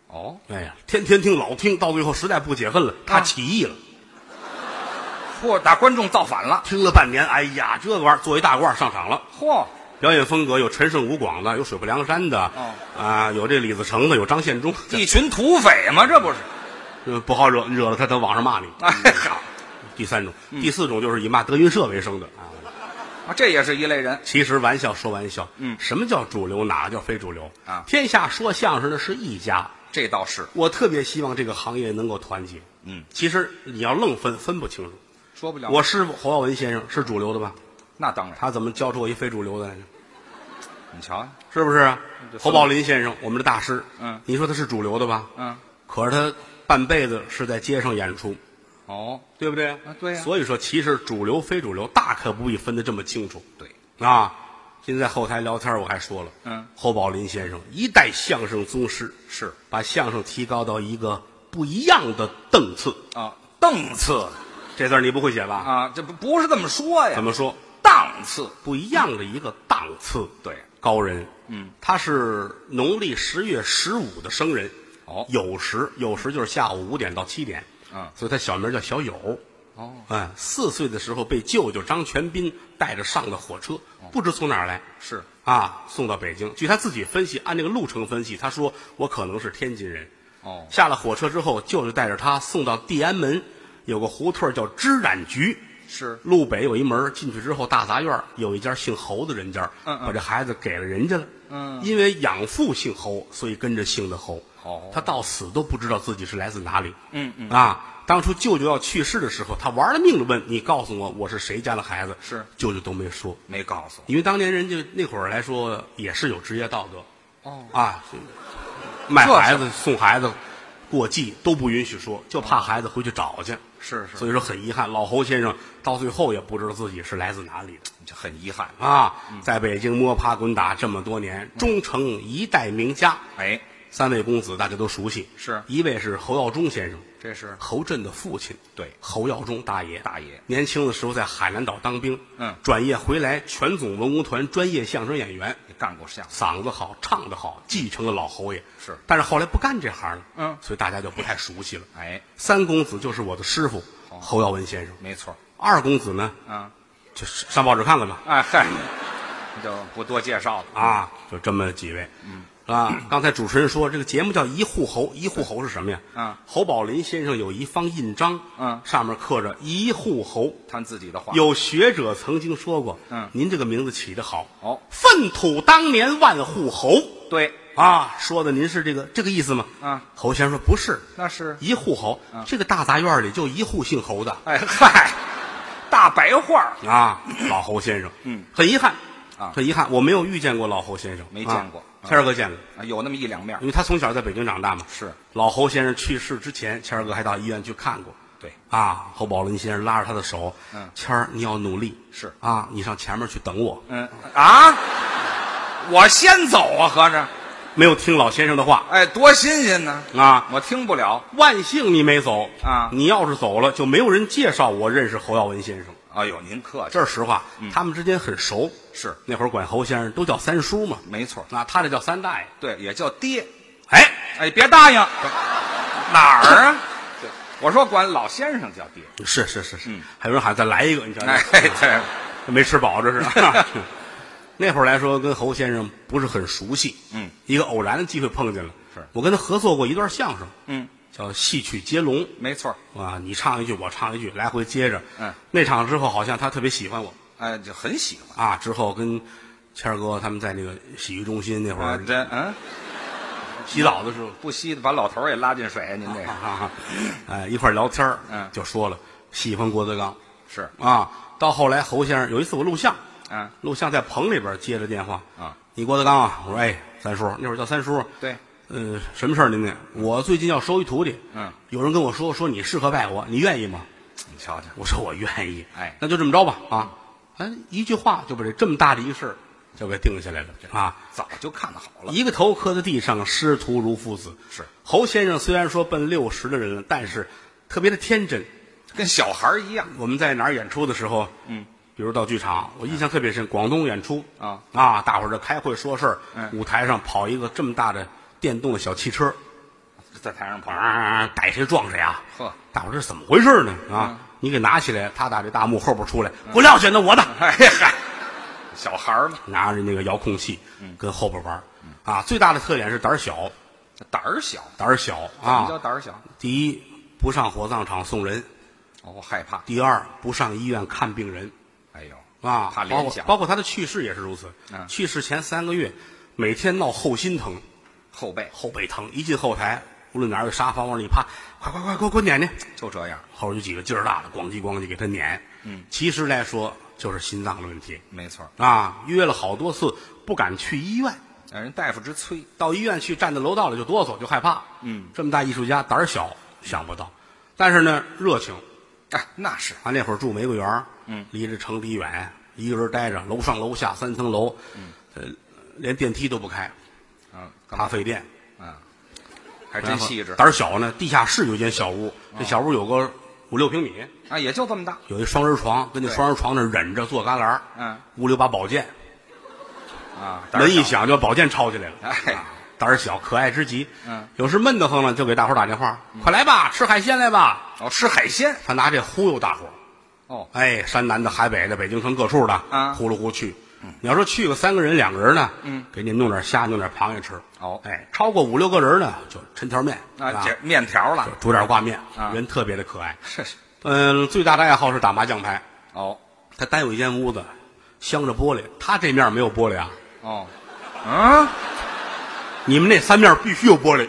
[SPEAKER 2] 哦，
[SPEAKER 1] 哎呀，天天听老听，到最后实在不解恨了，他起义了。
[SPEAKER 2] 嚯，打观众造反了，
[SPEAKER 1] 听了半年，哎呀，这个玩意儿做一大褂儿上场了。
[SPEAKER 2] 嚯，
[SPEAKER 1] 表演风格有陈胜吴广的，有水泊梁山的，
[SPEAKER 2] 哦
[SPEAKER 1] 啊，有这李自成的，有张献忠的。
[SPEAKER 2] 一群土匪嘛，这不是？
[SPEAKER 1] 嗯，不好惹，惹了他，他网上骂你。
[SPEAKER 2] 哎嗯好，
[SPEAKER 1] 第三种、第四种就是以骂德云社为生的啊。
[SPEAKER 2] 啊，这也是一类人，
[SPEAKER 1] 其实玩笑说玩笑，
[SPEAKER 2] 嗯
[SPEAKER 1] 什么叫主流，哪个叫非主流
[SPEAKER 2] 啊
[SPEAKER 1] 天下说相声的是一家，
[SPEAKER 2] 这倒是，
[SPEAKER 1] 我特别希望这个行业能够团结。
[SPEAKER 2] 嗯，哦
[SPEAKER 1] 其实你要愣分分不清楚。
[SPEAKER 2] 说不了。
[SPEAKER 1] 我师傅侯耀文先生是主流的吧？
[SPEAKER 2] 那当然，
[SPEAKER 1] 他怎么教出我一非主流的来呢？
[SPEAKER 2] 你瞧呀，
[SPEAKER 1] 是不是啊
[SPEAKER 2] 这？
[SPEAKER 1] 侯
[SPEAKER 2] 分
[SPEAKER 1] 宝林先生，我们的大师，
[SPEAKER 2] 嗯
[SPEAKER 1] 你说他是主流的吧？
[SPEAKER 2] 嗯，
[SPEAKER 1] 可是他半辈子是在街上演出，
[SPEAKER 2] 哦，
[SPEAKER 1] 对不对？
[SPEAKER 2] 啊对呀
[SPEAKER 1] 所以说，其实主流非主流大可不必分得这么清楚
[SPEAKER 2] 对，
[SPEAKER 1] 啊。今天在后台聊天，我还说了，
[SPEAKER 2] 嗯，
[SPEAKER 1] 侯宝林先生一代相声宗师，
[SPEAKER 2] 是
[SPEAKER 1] 把相声提高到一个不一样的档次。
[SPEAKER 2] 啊，档次
[SPEAKER 1] 这字儿你不会写吧？
[SPEAKER 2] 啊，这不不是这么说呀
[SPEAKER 1] 怎，么说？
[SPEAKER 2] 档次，
[SPEAKER 1] 不一样的一个档次，
[SPEAKER 2] 对，
[SPEAKER 1] 高人。嗯，他是农历十月十五的生人。
[SPEAKER 2] 哦
[SPEAKER 1] 有时有时就是下午五点到七点。
[SPEAKER 2] 嗯
[SPEAKER 1] 所以他小名叫小友。
[SPEAKER 2] 哦，
[SPEAKER 1] 哎，四岁的时候被舅舅张全斌带着上的火车，
[SPEAKER 2] 哦
[SPEAKER 1] 不知从哪儿来
[SPEAKER 2] 是
[SPEAKER 1] 啊，送到北京。据他自己分析，按这个路程分析，他说我可能是天津人。
[SPEAKER 2] 哦，
[SPEAKER 1] 下了火车之后，舅舅带着他送到地安门，有个胡同儿叫织染局。
[SPEAKER 2] 是
[SPEAKER 1] 路北有一门儿，进去之后大杂院儿有一家姓侯的人家儿，
[SPEAKER 2] 嗯嗯
[SPEAKER 1] 把这孩子给了人家了。
[SPEAKER 2] 嗯
[SPEAKER 1] 因为养父姓侯，所以跟着姓的侯。
[SPEAKER 2] 哦
[SPEAKER 1] 他到死都不知道自己是来自哪里。
[SPEAKER 2] 嗯
[SPEAKER 1] 嗯啊，当初舅舅要去世的时候，他玩了命的问：“你告诉我，我是谁家的孩子？”
[SPEAKER 2] 是
[SPEAKER 1] 舅舅都没说，
[SPEAKER 2] 没告诉
[SPEAKER 1] 因为当年人家那会儿来说也是有职业道德
[SPEAKER 2] 我，哦，
[SPEAKER 1] 啊，是卖
[SPEAKER 2] 这是
[SPEAKER 1] 孩子送孩子过继都不允许说，就怕孩子回去找去。
[SPEAKER 2] 是是，
[SPEAKER 1] 所以说很遗憾，老侯先生到最后也不知道自己是来自哪里的
[SPEAKER 2] 这很遗憾，
[SPEAKER 1] 啊，
[SPEAKER 2] 嗯
[SPEAKER 1] 在北京摸爬滚打这么多年，终成一代名家。
[SPEAKER 2] 哎，
[SPEAKER 1] 三位公子大家都熟悉，
[SPEAKER 2] 是
[SPEAKER 1] 一位是侯耀中先生，
[SPEAKER 2] 这是
[SPEAKER 1] 侯震的父亲，
[SPEAKER 2] 对
[SPEAKER 1] 侯耀中大爷。
[SPEAKER 2] 大爷
[SPEAKER 1] 年轻的时候在海南岛当兵，
[SPEAKER 2] 嗯
[SPEAKER 1] 转业回来，全总文工团专业相声演员，
[SPEAKER 2] 也干过相声，
[SPEAKER 1] 嗓子好，唱得好，继承了老侯爷。
[SPEAKER 2] 是
[SPEAKER 1] 但是后来不干这行了，
[SPEAKER 2] 嗯
[SPEAKER 1] 所以大家就不太熟悉了。
[SPEAKER 2] 哎，
[SPEAKER 1] 三公子就是我的师傅
[SPEAKER 2] 哦
[SPEAKER 1] 侯耀文先生，
[SPEAKER 2] 没错，
[SPEAKER 1] 二公子呢，
[SPEAKER 2] 啊，
[SPEAKER 1] 就是上报纸看看吧。
[SPEAKER 2] 哎嗨，就不多介绍了，
[SPEAKER 1] 啊，就这么几位。嗯，啊，刚才主持人说这个节目叫一户侯，一户侯是什么呀？
[SPEAKER 2] 嗯
[SPEAKER 1] 侯宝林先生有一方印章，
[SPEAKER 2] 嗯
[SPEAKER 1] 上面刻着一户侯。
[SPEAKER 2] 他们自己的话，
[SPEAKER 1] 有学者曾经说过，
[SPEAKER 2] 嗯
[SPEAKER 1] 您这个名字起得好，
[SPEAKER 2] 哦，
[SPEAKER 1] 粪土当年万户侯
[SPEAKER 2] 对，
[SPEAKER 1] 啊，说的您是这个这个意思吗？
[SPEAKER 2] 嗯，
[SPEAKER 1] 侯先生说不是，
[SPEAKER 2] 那是，
[SPEAKER 1] 一户侯，这个大杂院里就一户姓侯的，
[SPEAKER 2] 哎嗨，大白话儿
[SPEAKER 1] 啊，老侯先生，嗯，很遗憾
[SPEAKER 2] 啊
[SPEAKER 1] 很遗憾，我没有遇见过老侯先生，
[SPEAKER 2] 没见过
[SPEAKER 1] 啊谦儿哥见过，
[SPEAKER 2] 啊，有那么一两 面儿
[SPEAKER 1] 因。为他从小在北京长大嘛。
[SPEAKER 2] 是
[SPEAKER 1] 老侯先生去世之前，谦儿哥还到医院去看过。
[SPEAKER 2] 对，
[SPEAKER 1] 啊，侯宝林先生拉着他的手，
[SPEAKER 2] 嗯
[SPEAKER 1] 谦儿，你要努力，
[SPEAKER 2] 是
[SPEAKER 1] 啊，你上前面去等我。
[SPEAKER 2] 嗯啊，我先走啊，合着，
[SPEAKER 1] 没有听老先生的话
[SPEAKER 2] 哎，多新鲜呢！
[SPEAKER 1] 啊，
[SPEAKER 2] 我听不了。
[SPEAKER 1] 万幸你没走
[SPEAKER 2] 啊
[SPEAKER 1] 你要是走了，就没有人介绍我认识侯耀文先生。
[SPEAKER 2] 哎呦，您客气，
[SPEAKER 1] 这是实话，
[SPEAKER 2] 嗯
[SPEAKER 1] 他们之间很熟，
[SPEAKER 2] 是
[SPEAKER 1] 那会儿管侯先生都叫三叔嘛，
[SPEAKER 2] 没错，
[SPEAKER 1] 那他这叫三大爷。
[SPEAKER 2] 对，也叫爹。
[SPEAKER 1] 哎，
[SPEAKER 2] 哎，别答应，哪儿啊？我说管老先生叫爹。
[SPEAKER 1] 是是是是，还有人喊再来一个，你瞧，
[SPEAKER 2] 嗯哎，对，
[SPEAKER 1] 没吃饱这是。那会儿来说，跟侯先生不是很熟悉，
[SPEAKER 2] 嗯，
[SPEAKER 1] 一个偶然的机会碰见了，
[SPEAKER 2] 是
[SPEAKER 1] 我跟他合作过一段相声，
[SPEAKER 2] 嗯，
[SPEAKER 1] 叫《戏曲接龙》
[SPEAKER 2] 没错。
[SPEAKER 1] 啊，你唱一句，我唱一句，来回接着，
[SPEAKER 2] 嗯，
[SPEAKER 1] 那场之后好像他特别喜欢我
[SPEAKER 2] 哎，就很喜欢。
[SPEAKER 1] 啊，之后跟谦儿哥他们在那个洗浴中心那会
[SPEAKER 2] 啊，
[SPEAKER 1] 儿
[SPEAKER 2] 这嗯，
[SPEAKER 1] 洗澡的时候，
[SPEAKER 2] 不惜把老头儿也拉进水，您这
[SPEAKER 1] 啊
[SPEAKER 2] 个
[SPEAKER 1] 哈，哎，一块儿聊天儿
[SPEAKER 2] 嗯
[SPEAKER 1] 就说了喜欢郭德纲
[SPEAKER 2] 是
[SPEAKER 1] 啊。到后来，侯先生有一次我录像，
[SPEAKER 2] 啊
[SPEAKER 1] 录像在棚里边接着电话
[SPEAKER 2] 啊，
[SPEAKER 1] 你郭德纲啊，我说哎，三叔，那会儿叫三叔，
[SPEAKER 2] 对，
[SPEAKER 1] 嗯、什么事儿您呢？我最近要收一徒弟，
[SPEAKER 2] 嗯，
[SPEAKER 1] 有人跟我说说你适合拜我，你愿意吗？
[SPEAKER 2] 你瞧瞧，
[SPEAKER 1] 我说我愿意，
[SPEAKER 2] 哎嗯
[SPEAKER 1] 那就这么着吧啊，哎，一句话就把这这么大的一事儿就给定下来了啊。
[SPEAKER 2] 早就看好了。
[SPEAKER 1] 一个头磕在地上，师徒如父子。
[SPEAKER 2] 是
[SPEAKER 1] 侯先生虽然说奔六十的人了，但是特别的天真。
[SPEAKER 2] 跟小孩儿一样
[SPEAKER 1] 我们在哪儿演出的时候，嗯，比如到剧场，我印象特别深，广东演出
[SPEAKER 2] 啊
[SPEAKER 1] 啊，大伙儿这开会说事儿，
[SPEAKER 2] 嗯
[SPEAKER 1] 舞台上跑一个这么大的电动的小汽车，
[SPEAKER 2] 在台上跑，
[SPEAKER 1] 啊，逮谁撞谁啊！
[SPEAKER 2] 呵，
[SPEAKER 1] 大伙儿这是怎么回事呢？
[SPEAKER 2] 嗯
[SPEAKER 1] 啊，你给拿起来，他打这大幕后边出来，不撂下那我的，
[SPEAKER 2] 哎嗨，小孩儿嘛，
[SPEAKER 1] 拿着那个遥控器
[SPEAKER 2] 嗯
[SPEAKER 1] 跟后边玩儿啊。最大的特点是胆儿小，
[SPEAKER 2] 胆儿小，
[SPEAKER 1] 胆儿小
[SPEAKER 2] 什么叫
[SPEAKER 1] 啊。
[SPEAKER 2] 胆儿小？
[SPEAKER 1] 第一，不上火葬场送人；
[SPEAKER 2] 哦，我害怕，
[SPEAKER 1] 第二，不上医院看病人。
[SPEAKER 2] 哎呦，
[SPEAKER 1] 啊，
[SPEAKER 2] 怕
[SPEAKER 1] 包
[SPEAKER 2] 联
[SPEAKER 1] 括
[SPEAKER 2] 想
[SPEAKER 1] 包括他的去世也是如此。
[SPEAKER 2] 嗯
[SPEAKER 1] 去世前三个月，每天闹后心疼、
[SPEAKER 2] 后背
[SPEAKER 1] 后背疼，一进后台，无论哪儿有沙发往里趴，快快快，给我给我撵撵。
[SPEAKER 2] 就这样，
[SPEAKER 1] 后边有几个劲儿大的，咣叽咣叽给他撵。嗯，其实来说就是心脏的问题
[SPEAKER 2] 没错儿，
[SPEAKER 1] 啊，约了好多次不敢去医院，
[SPEAKER 2] 让人大夫直催，
[SPEAKER 1] 到医院去站在楼道里就哆嗦，就害怕。
[SPEAKER 2] 嗯，
[SPEAKER 1] 这么大艺术家胆儿小，想不到，但是呢热情。
[SPEAKER 2] 哎，那是
[SPEAKER 1] 他那会儿住玫瑰园，嗯，离着城里远，一个人待着，楼上楼下三层楼，嗯，呃，连电梯都不开，
[SPEAKER 2] 啊，
[SPEAKER 1] 咖
[SPEAKER 2] 干嘛？
[SPEAKER 1] 啡店，
[SPEAKER 2] 啊，还真细致嗯
[SPEAKER 1] 胆儿小呢，地下室有一间小屋，这小屋有个五六平米，
[SPEAKER 2] 啊，也就这么大，
[SPEAKER 1] 有一双人床，跟那双人床那儿忍着坐旮旯儿，
[SPEAKER 2] 嗯，
[SPEAKER 1] 屋里有把宝剑，
[SPEAKER 2] 啊，胆儿
[SPEAKER 1] 门一
[SPEAKER 2] 小，
[SPEAKER 1] 响就把宝剑抄起来了，
[SPEAKER 2] 哎
[SPEAKER 1] 啊胆儿小，可爱之极，
[SPEAKER 2] 嗯，
[SPEAKER 1] 有时闷得慌了就给大伙儿打电话，快来吧，吃海鲜来吧，
[SPEAKER 2] 哦，吃海鲜，
[SPEAKER 1] 他拿这忽悠大伙儿，
[SPEAKER 2] 哦，
[SPEAKER 1] 哎，山南的、海北的、北京城各处的，
[SPEAKER 2] 啊
[SPEAKER 1] 呼噜呼去。你要说去个三个人、两个人呢，嗯，给你弄点虾、弄点螃蟹吃。
[SPEAKER 2] 哦
[SPEAKER 1] 哎，超过五六个人呢，就抻条面
[SPEAKER 2] 啊，
[SPEAKER 1] 啊
[SPEAKER 2] 这面条了，
[SPEAKER 1] 煮点挂面，
[SPEAKER 2] 啊
[SPEAKER 1] 人特别的可爱。
[SPEAKER 2] 是是，
[SPEAKER 1] 嗯，最大的爱好是打麻将牌。
[SPEAKER 2] 哦
[SPEAKER 1] 他单有一间屋子，镶着玻璃，他这面没有玻璃啊，
[SPEAKER 2] 哦，嗯，
[SPEAKER 1] 你们那三面必须有玻璃，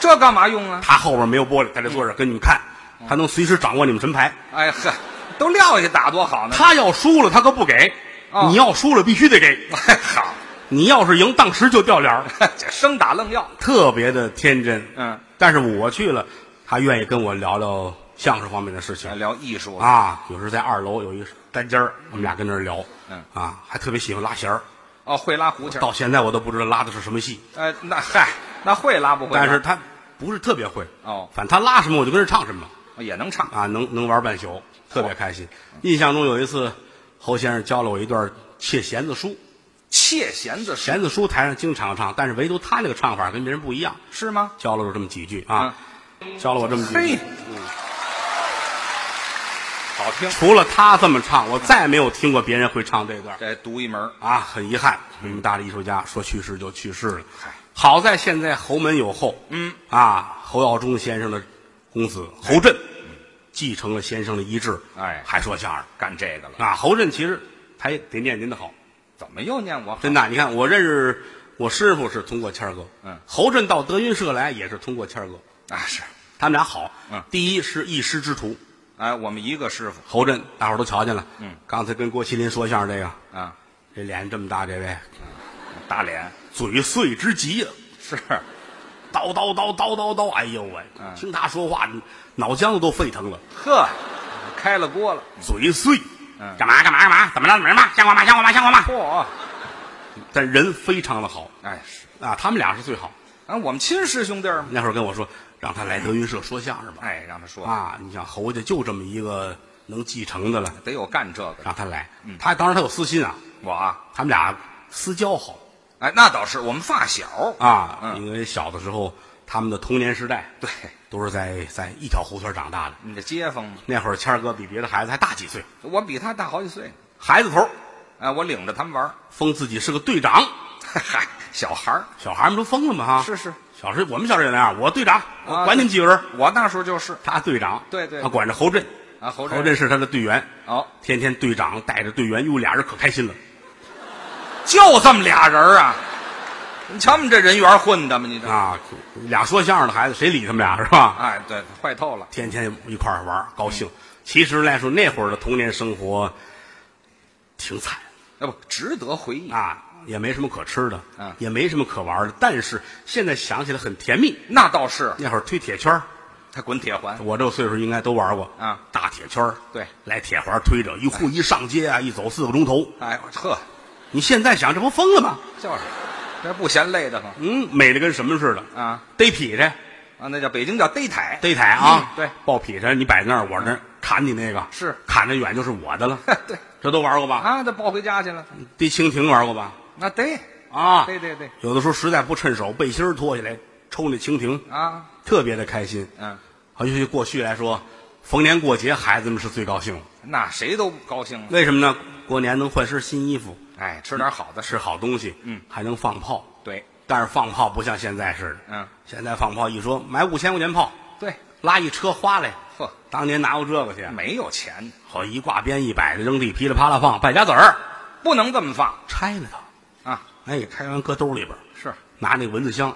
[SPEAKER 2] 这干嘛用啊？
[SPEAKER 1] 他后边没有玻璃，在这
[SPEAKER 2] 嗯
[SPEAKER 1] 坐着跟你们看，他能随时掌握你们什么牌。
[SPEAKER 2] 哎呵，都撂下打多好呢，
[SPEAKER 1] 他要输了，他可不给；
[SPEAKER 2] 哦
[SPEAKER 1] 你要输了，必须得给。
[SPEAKER 2] 哎好，
[SPEAKER 1] 你要是赢，当时就掉脸儿。
[SPEAKER 2] 这生打愣要，
[SPEAKER 1] 特别的天真。
[SPEAKER 2] 嗯，
[SPEAKER 1] 但是我去了，他愿意跟我聊聊相声方面的事情
[SPEAKER 2] 聊艺术了，
[SPEAKER 1] 啊。有时候在二楼有一个单间儿，我们俩跟那儿聊，
[SPEAKER 2] 嗯
[SPEAKER 1] 啊，还特别喜欢拉弦儿。
[SPEAKER 2] 哦，会拉胡琴儿，
[SPEAKER 1] 到现在我都不知道拉的是什么戏，
[SPEAKER 2] 哎，那嗨，那会拉不会拉？
[SPEAKER 1] 但是他不是特别会
[SPEAKER 2] 哦
[SPEAKER 1] 反正他拉什么我就跟着唱什么
[SPEAKER 2] 哦也能唱，
[SPEAKER 1] 啊，能能玩半宿，特别开心。印象中有一次，侯先生教了我一段切弦子书，
[SPEAKER 2] 切弦子是
[SPEAKER 1] 弦子书台上经常唱，但是唯独他那个唱法跟别人不一样，
[SPEAKER 2] 是吗？
[SPEAKER 1] 教了我这么几句啊，教了我这么几句
[SPEAKER 2] 嗯嘿。，好听，
[SPEAKER 1] 除了他这么唱，我再没有听过别人会唱这段
[SPEAKER 2] 这独一门儿
[SPEAKER 1] 啊，很遗憾，这么大的艺术家说去世就去世了
[SPEAKER 2] 嗯嗨。
[SPEAKER 1] 好在现在侯门有后，嗯啊，侯耀中先生的公子侯震继承了先生的遗志，
[SPEAKER 2] 嗯哎
[SPEAKER 1] 还说相声
[SPEAKER 2] 干这个了，
[SPEAKER 1] 啊。侯震其实他也得念您的好，
[SPEAKER 2] 怎么又念我好？
[SPEAKER 1] 真的，你看我认识我师傅是通过谦儿哥，
[SPEAKER 2] 嗯
[SPEAKER 1] 侯震到德云社来也是通过谦儿哥，
[SPEAKER 2] 啊是
[SPEAKER 1] 他们俩好，
[SPEAKER 2] 嗯
[SPEAKER 1] 第一是一师之徒，
[SPEAKER 2] 哎，我们一个师傅
[SPEAKER 1] 侯震，大伙儿都瞧见了。嗯，刚才跟郭麒麟说相声这个，
[SPEAKER 2] 啊，
[SPEAKER 1] 这脸这么大，这位
[SPEAKER 2] 大脸
[SPEAKER 1] 嘴碎之极呀，
[SPEAKER 2] 是，
[SPEAKER 1] 叨叨叨叨叨叨，哎呦喂，
[SPEAKER 2] 嗯
[SPEAKER 1] 听他说话，脑浆子都沸腾了，
[SPEAKER 2] 呵，开了锅了，
[SPEAKER 1] 嘴碎。
[SPEAKER 2] 嗯
[SPEAKER 1] 干嘛干嘛干嘛？怎么了？怎么了？像话吗？像话吗？像话吗？
[SPEAKER 2] 嚯，
[SPEAKER 1] 但人非常的好
[SPEAKER 2] 哎是，
[SPEAKER 1] 啊，他们俩是最好。
[SPEAKER 2] 啊，我们亲师兄弟儿嘛，
[SPEAKER 1] 那会儿跟我说，让他来德云社说相声吧。
[SPEAKER 2] 哎，让他说，
[SPEAKER 1] 啊，你想侯家就这么一个能继承的了，
[SPEAKER 2] 得有干这个的，
[SPEAKER 1] 让他来。
[SPEAKER 2] 嗯
[SPEAKER 1] 他当然他有私心啊，
[SPEAKER 2] 我啊，
[SPEAKER 1] 他们俩私交好
[SPEAKER 2] 哎，那倒是，我们发小，
[SPEAKER 1] 啊，
[SPEAKER 2] 嗯
[SPEAKER 1] 因为小的时候他们的童年时代，
[SPEAKER 2] 对，
[SPEAKER 1] 都是在在一条胡同长大的。
[SPEAKER 2] 你这街坊嘛，
[SPEAKER 1] 那会儿谦儿哥比别的孩子还大几岁，
[SPEAKER 2] 我比他大好几岁，
[SPEAKER 1] 孩子头儿，
[SPEAKER 2] 哎，我领着他们玩儿，
[SPEAKER 1] 封自己是个队长，
[SPEAKER 2] 嗨，小孩儿，
[SPEAKER 1] 小孩们都疯了嘛哈。
[SPEAKER 2] 是是，
[SPEAKER 1] 小时候我们小时候也那样，我队长，我
[SPEAKER 2] 啊
[SPEAKER 1] 管你们几个人，
[SPEAKER 2] 我那时候就是
[SPEAKER 1] 他队长，
[SPEAKER 2] 对对
[SPEAKER 1] 他管着侯震，
[SPEAKER 2] 啊，侯
[SPEAKER 1] 侯震是他的队员，
[SPEAKER 2] 哦，
[SPEAKER 1] 天天队长带着队员，哟，俩人可开心了。
[SPEAKER 2] 就这么俩人儿啊，你瞧我们这人缘混的嘛，你这，
[SPEAKER 1] 啊，俩说相声的孩子，谁理他们俩是吧？
[SPEAKER 2] 哎，对，坏透了，
[SPEAKER 1] 天天一块儿玩儿，高兴。其实来说，那会儿的童年生活挺惨
[SPEAKER 2] 要不值得回忆，
[SPEAKER 1] 啊，也没什么可吃的，
[SPEAKER 2] 嗯
[SPEAKER 1] 也没什么可玩的。但是现在想起来很甜蜜。
[SPEAKER 2] 那倒是，
[SPEAKER 1] 那会儿推铁圈儿
[SPEAKER 2] 他滚铁环，
[SPEAKER 1] 我这个岁数应该都玩过
[SPEAKER 2] 啊，
[SPEAKER 1] 大铁圈儿
[SPEAKER 2] 对
[SPEAKER 1] 来铁环推着，一户一上街啊，一走四个钟头。
[SPEAKER 2] 哎，我呵，
[SPEAKER 1] 你现在想，这不疯了吗？
[SPEAKER 2] 就是，这不嫌累的吗？
[SPEAKER 1] 嗯，美的跟什么似的
[SPEAKER 2] 啊！
[SPEAKER 1] 逮劈去，
[SPEAKER 2] 啊，那叫北京叫逮台，
[SPEAKER 1] 逮台啊，
[SPEAKER 2] 嗯对，啊
[SPEAKER 1] 抱劈去，你摆那儿，我那儿砍你那个
[SPEAKER 2] 是
[SPEAKER 1] 砍得远就是我的 了。
[SPEAKER 2] 对
[SPEAKER 1] 这都玩过吧？
[SPEAKER 2] 啊，这抱回家去了，
[SPEAKER 1] 逮蜻蜓玩过吧？
[SPEAKER 2] 那逮
[SPEAKER 1] 啊，
[SPEAKER 2] 对对对
[SPEAKER 1] 有的时候实在不趁手，背心儿脱下来抽那蜻蜓，
[SPEAKER 2] 啊，
[SPEAKER 1] 特别的开心。
[SPEAKER 2] 嗯，
[SPEAKER 1] 啊，尤其过去来说，逢年过节孩子们是最高兴的，
[SPEAKER 2] 那谁都高兴了，
[SPEAKER 1] 为什么呢？过年能换身新衣服，
[SPEAKER 2] 哎，吃点好的
[SPEAKER 1] 吃
[SPEAKER 2] 是，
[SPEAKER 1] 好东西，
[SPEAKER 2] 嗯，
[SPEAKER 1] 还能放炮。
[SPEAKER 2] 对
[SPEAKER 1] 但是放炮不像现在似的，
[SPEAKER 2] 嗯，
[SPEAKER 1] 现在放炮一说买五千块钱炮，
[SPEAKER 2] 对，
[SPEAKER 1] 拉一车花来，
[SPEAKER 2] 呵，
[SPEAKER 1] 当年哪有这个去？
[SPEAKER 2] 没有钱，
[SPEAKER 1] 好一挂鞭一摆的扔地，噼里啪啦放，败家子儿
[SPEAKER 2] 不能这么放
[SPEAKER 1] 拆了它，
[SPEAKER 2] 啊，
[SPEAKER 1] 哎，拆完搁兜里边儿，
[SPEAKER 2] 是，
[SPEAKER 1] 拿那蚊子香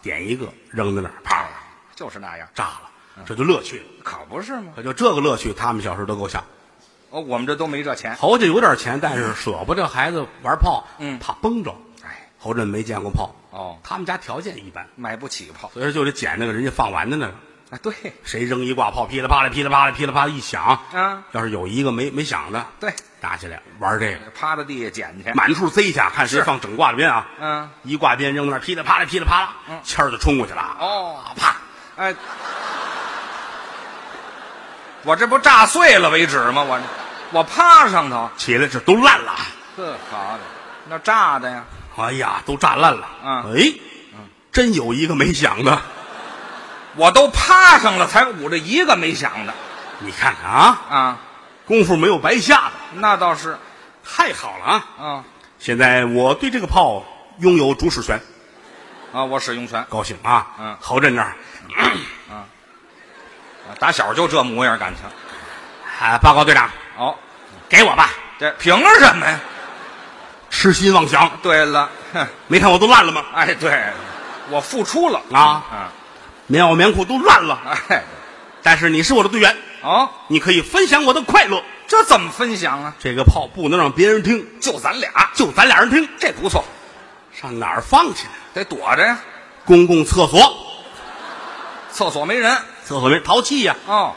[SPEAKER 1] 点一个扔在那儿，啪
[SPEAKER 2] 哎就是那样，
[SPEAKER 1] 炸了，
[SPEAKER 2] 嗯
[SPEAKER 1] 这就乐趣。
[SPEAKER 2] 可不是吗？
[SPEAKER 1] 可就这个乐趣，他们小时候都够呛。
[SPEAKER 2] 哦，我们这都没这钱，
[SPEAKER 1] 侯家有点钱，但是舍不得孩子玩炮，
[SPEAKER 2] 嗯
[SPEAKER 1] 怕崩着。
[SPEAKER 2] 哎，
[SPEAKER 1] 侯震没见过炮，
[SPEAKER 2] 哦
[SPEAKER 1] 他们家条件一般，
[SPEAKER 2] 买不起炮，
[SPEAKER 1] 所以说就得捡那个人家放完的那个。
[SPEAKER 2] 啊，对
[SPEAKER 1] 谁扔一挂炮，噼里啪啦、噼里啪啦、噼里啪啦一响，
[SPEAKER 2] 啊，
[SPEAKER 1] 要是有一个没没响的，
[SPEAKER 2] 对，
[SPEAKER 1] 打起来玩这个，
[SPEAKER 2] 趴在地下捡去，
[SPEAKER 1] 满处塞去啊，看谁
[SPEAKER 2] 是
[SPEAKER 1] 放整挂的鞭啊。
[SPEAKER 2] 嗯，
[SPEAKER 1] 一挂鞭扔那儿，噼里啪啦、噼里啪啦，签儿就冲过去了啊，
[SPEAKER 2] 哦，
[SPEAKER 1] 啪！
[SPEAKER 2] 哎，我这不炸碎了为止吗？我这，我趴上头。
[SPEAKER 1] 起来这都烂了，
[SPEAKER 2] 这好的，那炸的呀，
[SPEAKER 1] 哎呀，都炸烂了。
[SPEAKER 2] 嗯
[SPEAKER 1] 哎，真有一个没响的，
[SPEAKER 2] 我都趴上了，才捂着一个没响的
[SPEAKER 1] 你看看啊，
[SPEAKER 2] 啊。
[SPEAKER 1] 功夫没有白下的，
[SPEAKER 2] 那倒是
[SPEAKER 1] 太好了啊！
[SPEAKER 2] 啊
[SPEAKER 1] 现在我对这个炮拥有主使权，
[SPEAKER 2] 啊，我使用权，
[SPEAKER 1] 高兴啊！
[SPEAKER 2] 嗯
[SPEAKER 1] 侯震这儿
[SPEAKER 2] 啊打小就这模样，感情。
[SPEAKER 1] 啊，报告队长，
[SPEAKER 2] 哦，
[SPEAKER 1] 给我吧，
[SPEAKER 2] 这凭什么呀？
[SPEAKER 1] 痴心妄想，
[SPEAKER 2] 对了，哼
[SPEAKER 1] 没看我都烂了吗？
[SPEAKER 2] 哎，对，我付出了
[SPEAKER 1] 啊
[SPEAKER 2] 啊，
[SPEAKER 1] 棉袄棉裤都烂了，
[SPEAKER 2] 哎，
[SPEAKER 1] 但是你是我的队员，
[SPEAKER 2] 哦，
[SPEAKER 1] 你可以分享我的快乐。
[SPEAKER 2] 这怎么分享啊？
[SPEAKER 1] 这个炮不能让别人听，
[SPEAKER 2] 就咱俩，
[SPEAKER 1] 就咱俩人听，
[SPEAKER 2] 这不错，
[SPEAKER 1] 上哪儿放去？
[SPEAKER 2] 得躲着呀，
[SPEAKER 1] 公共厕所，
[SPEAKER 2] 厕所没人
[SPEAKER 1] 厕所没人淘气呀、
[SPEAKER 2] 哦，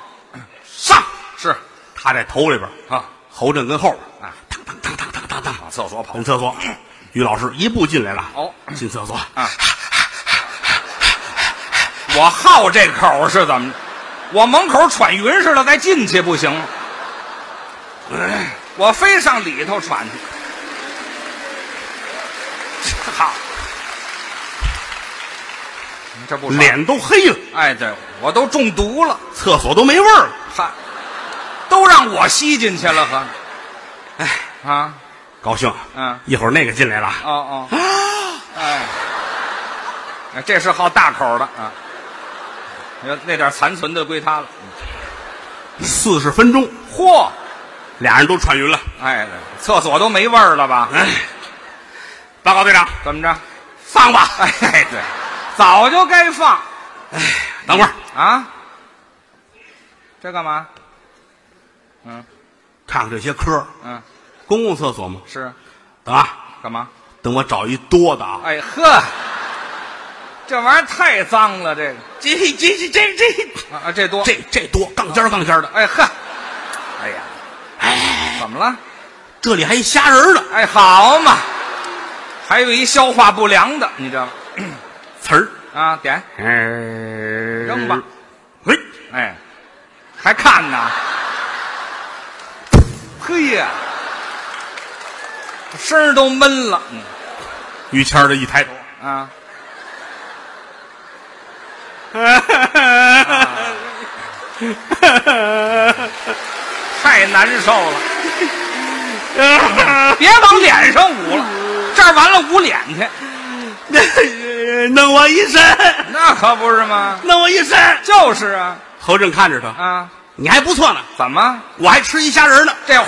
[SPEAKER 1] 上！
[SPEAKER 2] 是
[SPEAKER 1] 他在头里边，
[SPEAKER 2] 啊
[SPEAKER 1] 侯震跟后边，
[SPEAKER 2] 啊，
[SPEAKER 1] 当当当当当当当，
[SPEAKER 2] 往厕所跑
[SPEAKER 1] 奔厕所。于老师一步进来了，
[SPEAKER 2] 哦
[SPEAKER 1] 进厕所，
[SPEAKER 2] 啊，我好这口是怎么着？我门口喘匀似的，再进去不行吗？我非上里头喘去。好，这不爽
[SPEAKER 1] 脸都黑了，
[SPEAKER 2] 哎，对我都中毒了，
[SPEAKER 1] 厕所都没味儿了，
[SPEAKER 2] 还都让我吸进去了，呵。哎啊，
[SPEAKER 1] 高兴。
[SPEAKER 2] 嗯
[SPEAKER 1] 一会儿那个进来了，
[SPEAKER 2] 哦哦，哎，哎这是好大口的啊，那那点残存的归他了。
[SPEAKER 1] 四十分钟，
[SPEAKER 2] 嚯，
[SPEAKER 1] 俩人都喘匀了。
[SPEAKER 2] 哎，厕所都没味儿了吧？
[SPEAKER 1] 哎，报告队长，
[SPEAKER 2] 怎么着？
[SPEAKER 1] 放吧。
[SPEAKER 2] 哎，对，早就该放
[SPEAKER 1] 等会儿，
[SPEAKER 2] 啊。这干嘛？
[SPEAKER 1] 看看这些科儿，
[SPEAKER 2] 嗯，
[SPEAKER 1] 公共厕所嘛。
[SPEAKER 2] 是
[SPEAKER 1] 等啊，
[SPEAKER 2] 干嘛？
[SPEAKER 1] 等我找一多的啊。
[SPEAKER 2] 哎呵，这玩意儿太脏了，这个
[SPEAKER 1] 这这这这这
[SPEAKER 2] 啊啊，这多
[SPEAKER 1] 这这多，杠尖儿杠尖儿的。
[SPEAKER 2] 哎呵，哎呀，怎么了？
[SPEAKER 1] 这里还一虾仁儿的
[SPEAKER 2] 哎，好嘛，还有一消化不良的，你知道吗？
[SPEAKER 1] 词儿，
[SPEAKER 2] 啊，点，
[SPEAKER 1] 扔
[SPEAKER 2] 吧。
[SPEAKER 1] 喂，
[SPEAKER 2] 哎，还看呢？嘿呀，声儿都闷了，嗯
[SPEAKER 1] 于谦儿这一抬头，
[SPEAKER 2] 啊，太难受了，别往脸上捂了，这儿完了捂脸去，
[SPEAKER 1] 弄我一身，
[SPEAKER 2] 那可不是吗？
[SPEAKER 1] 弄我一身。
[SPEAKER 2] 就是啊，
[SPEAKER 1] 侯震看着他，
[SPEAKER 2] 啊，
[SPEAKER 1] 你还不错呢，
[SPEAKER 2] 怎么
[SPEAKER 1] 我还吃一虾仁儿呢。
[SPEAKER 2] 这嚯，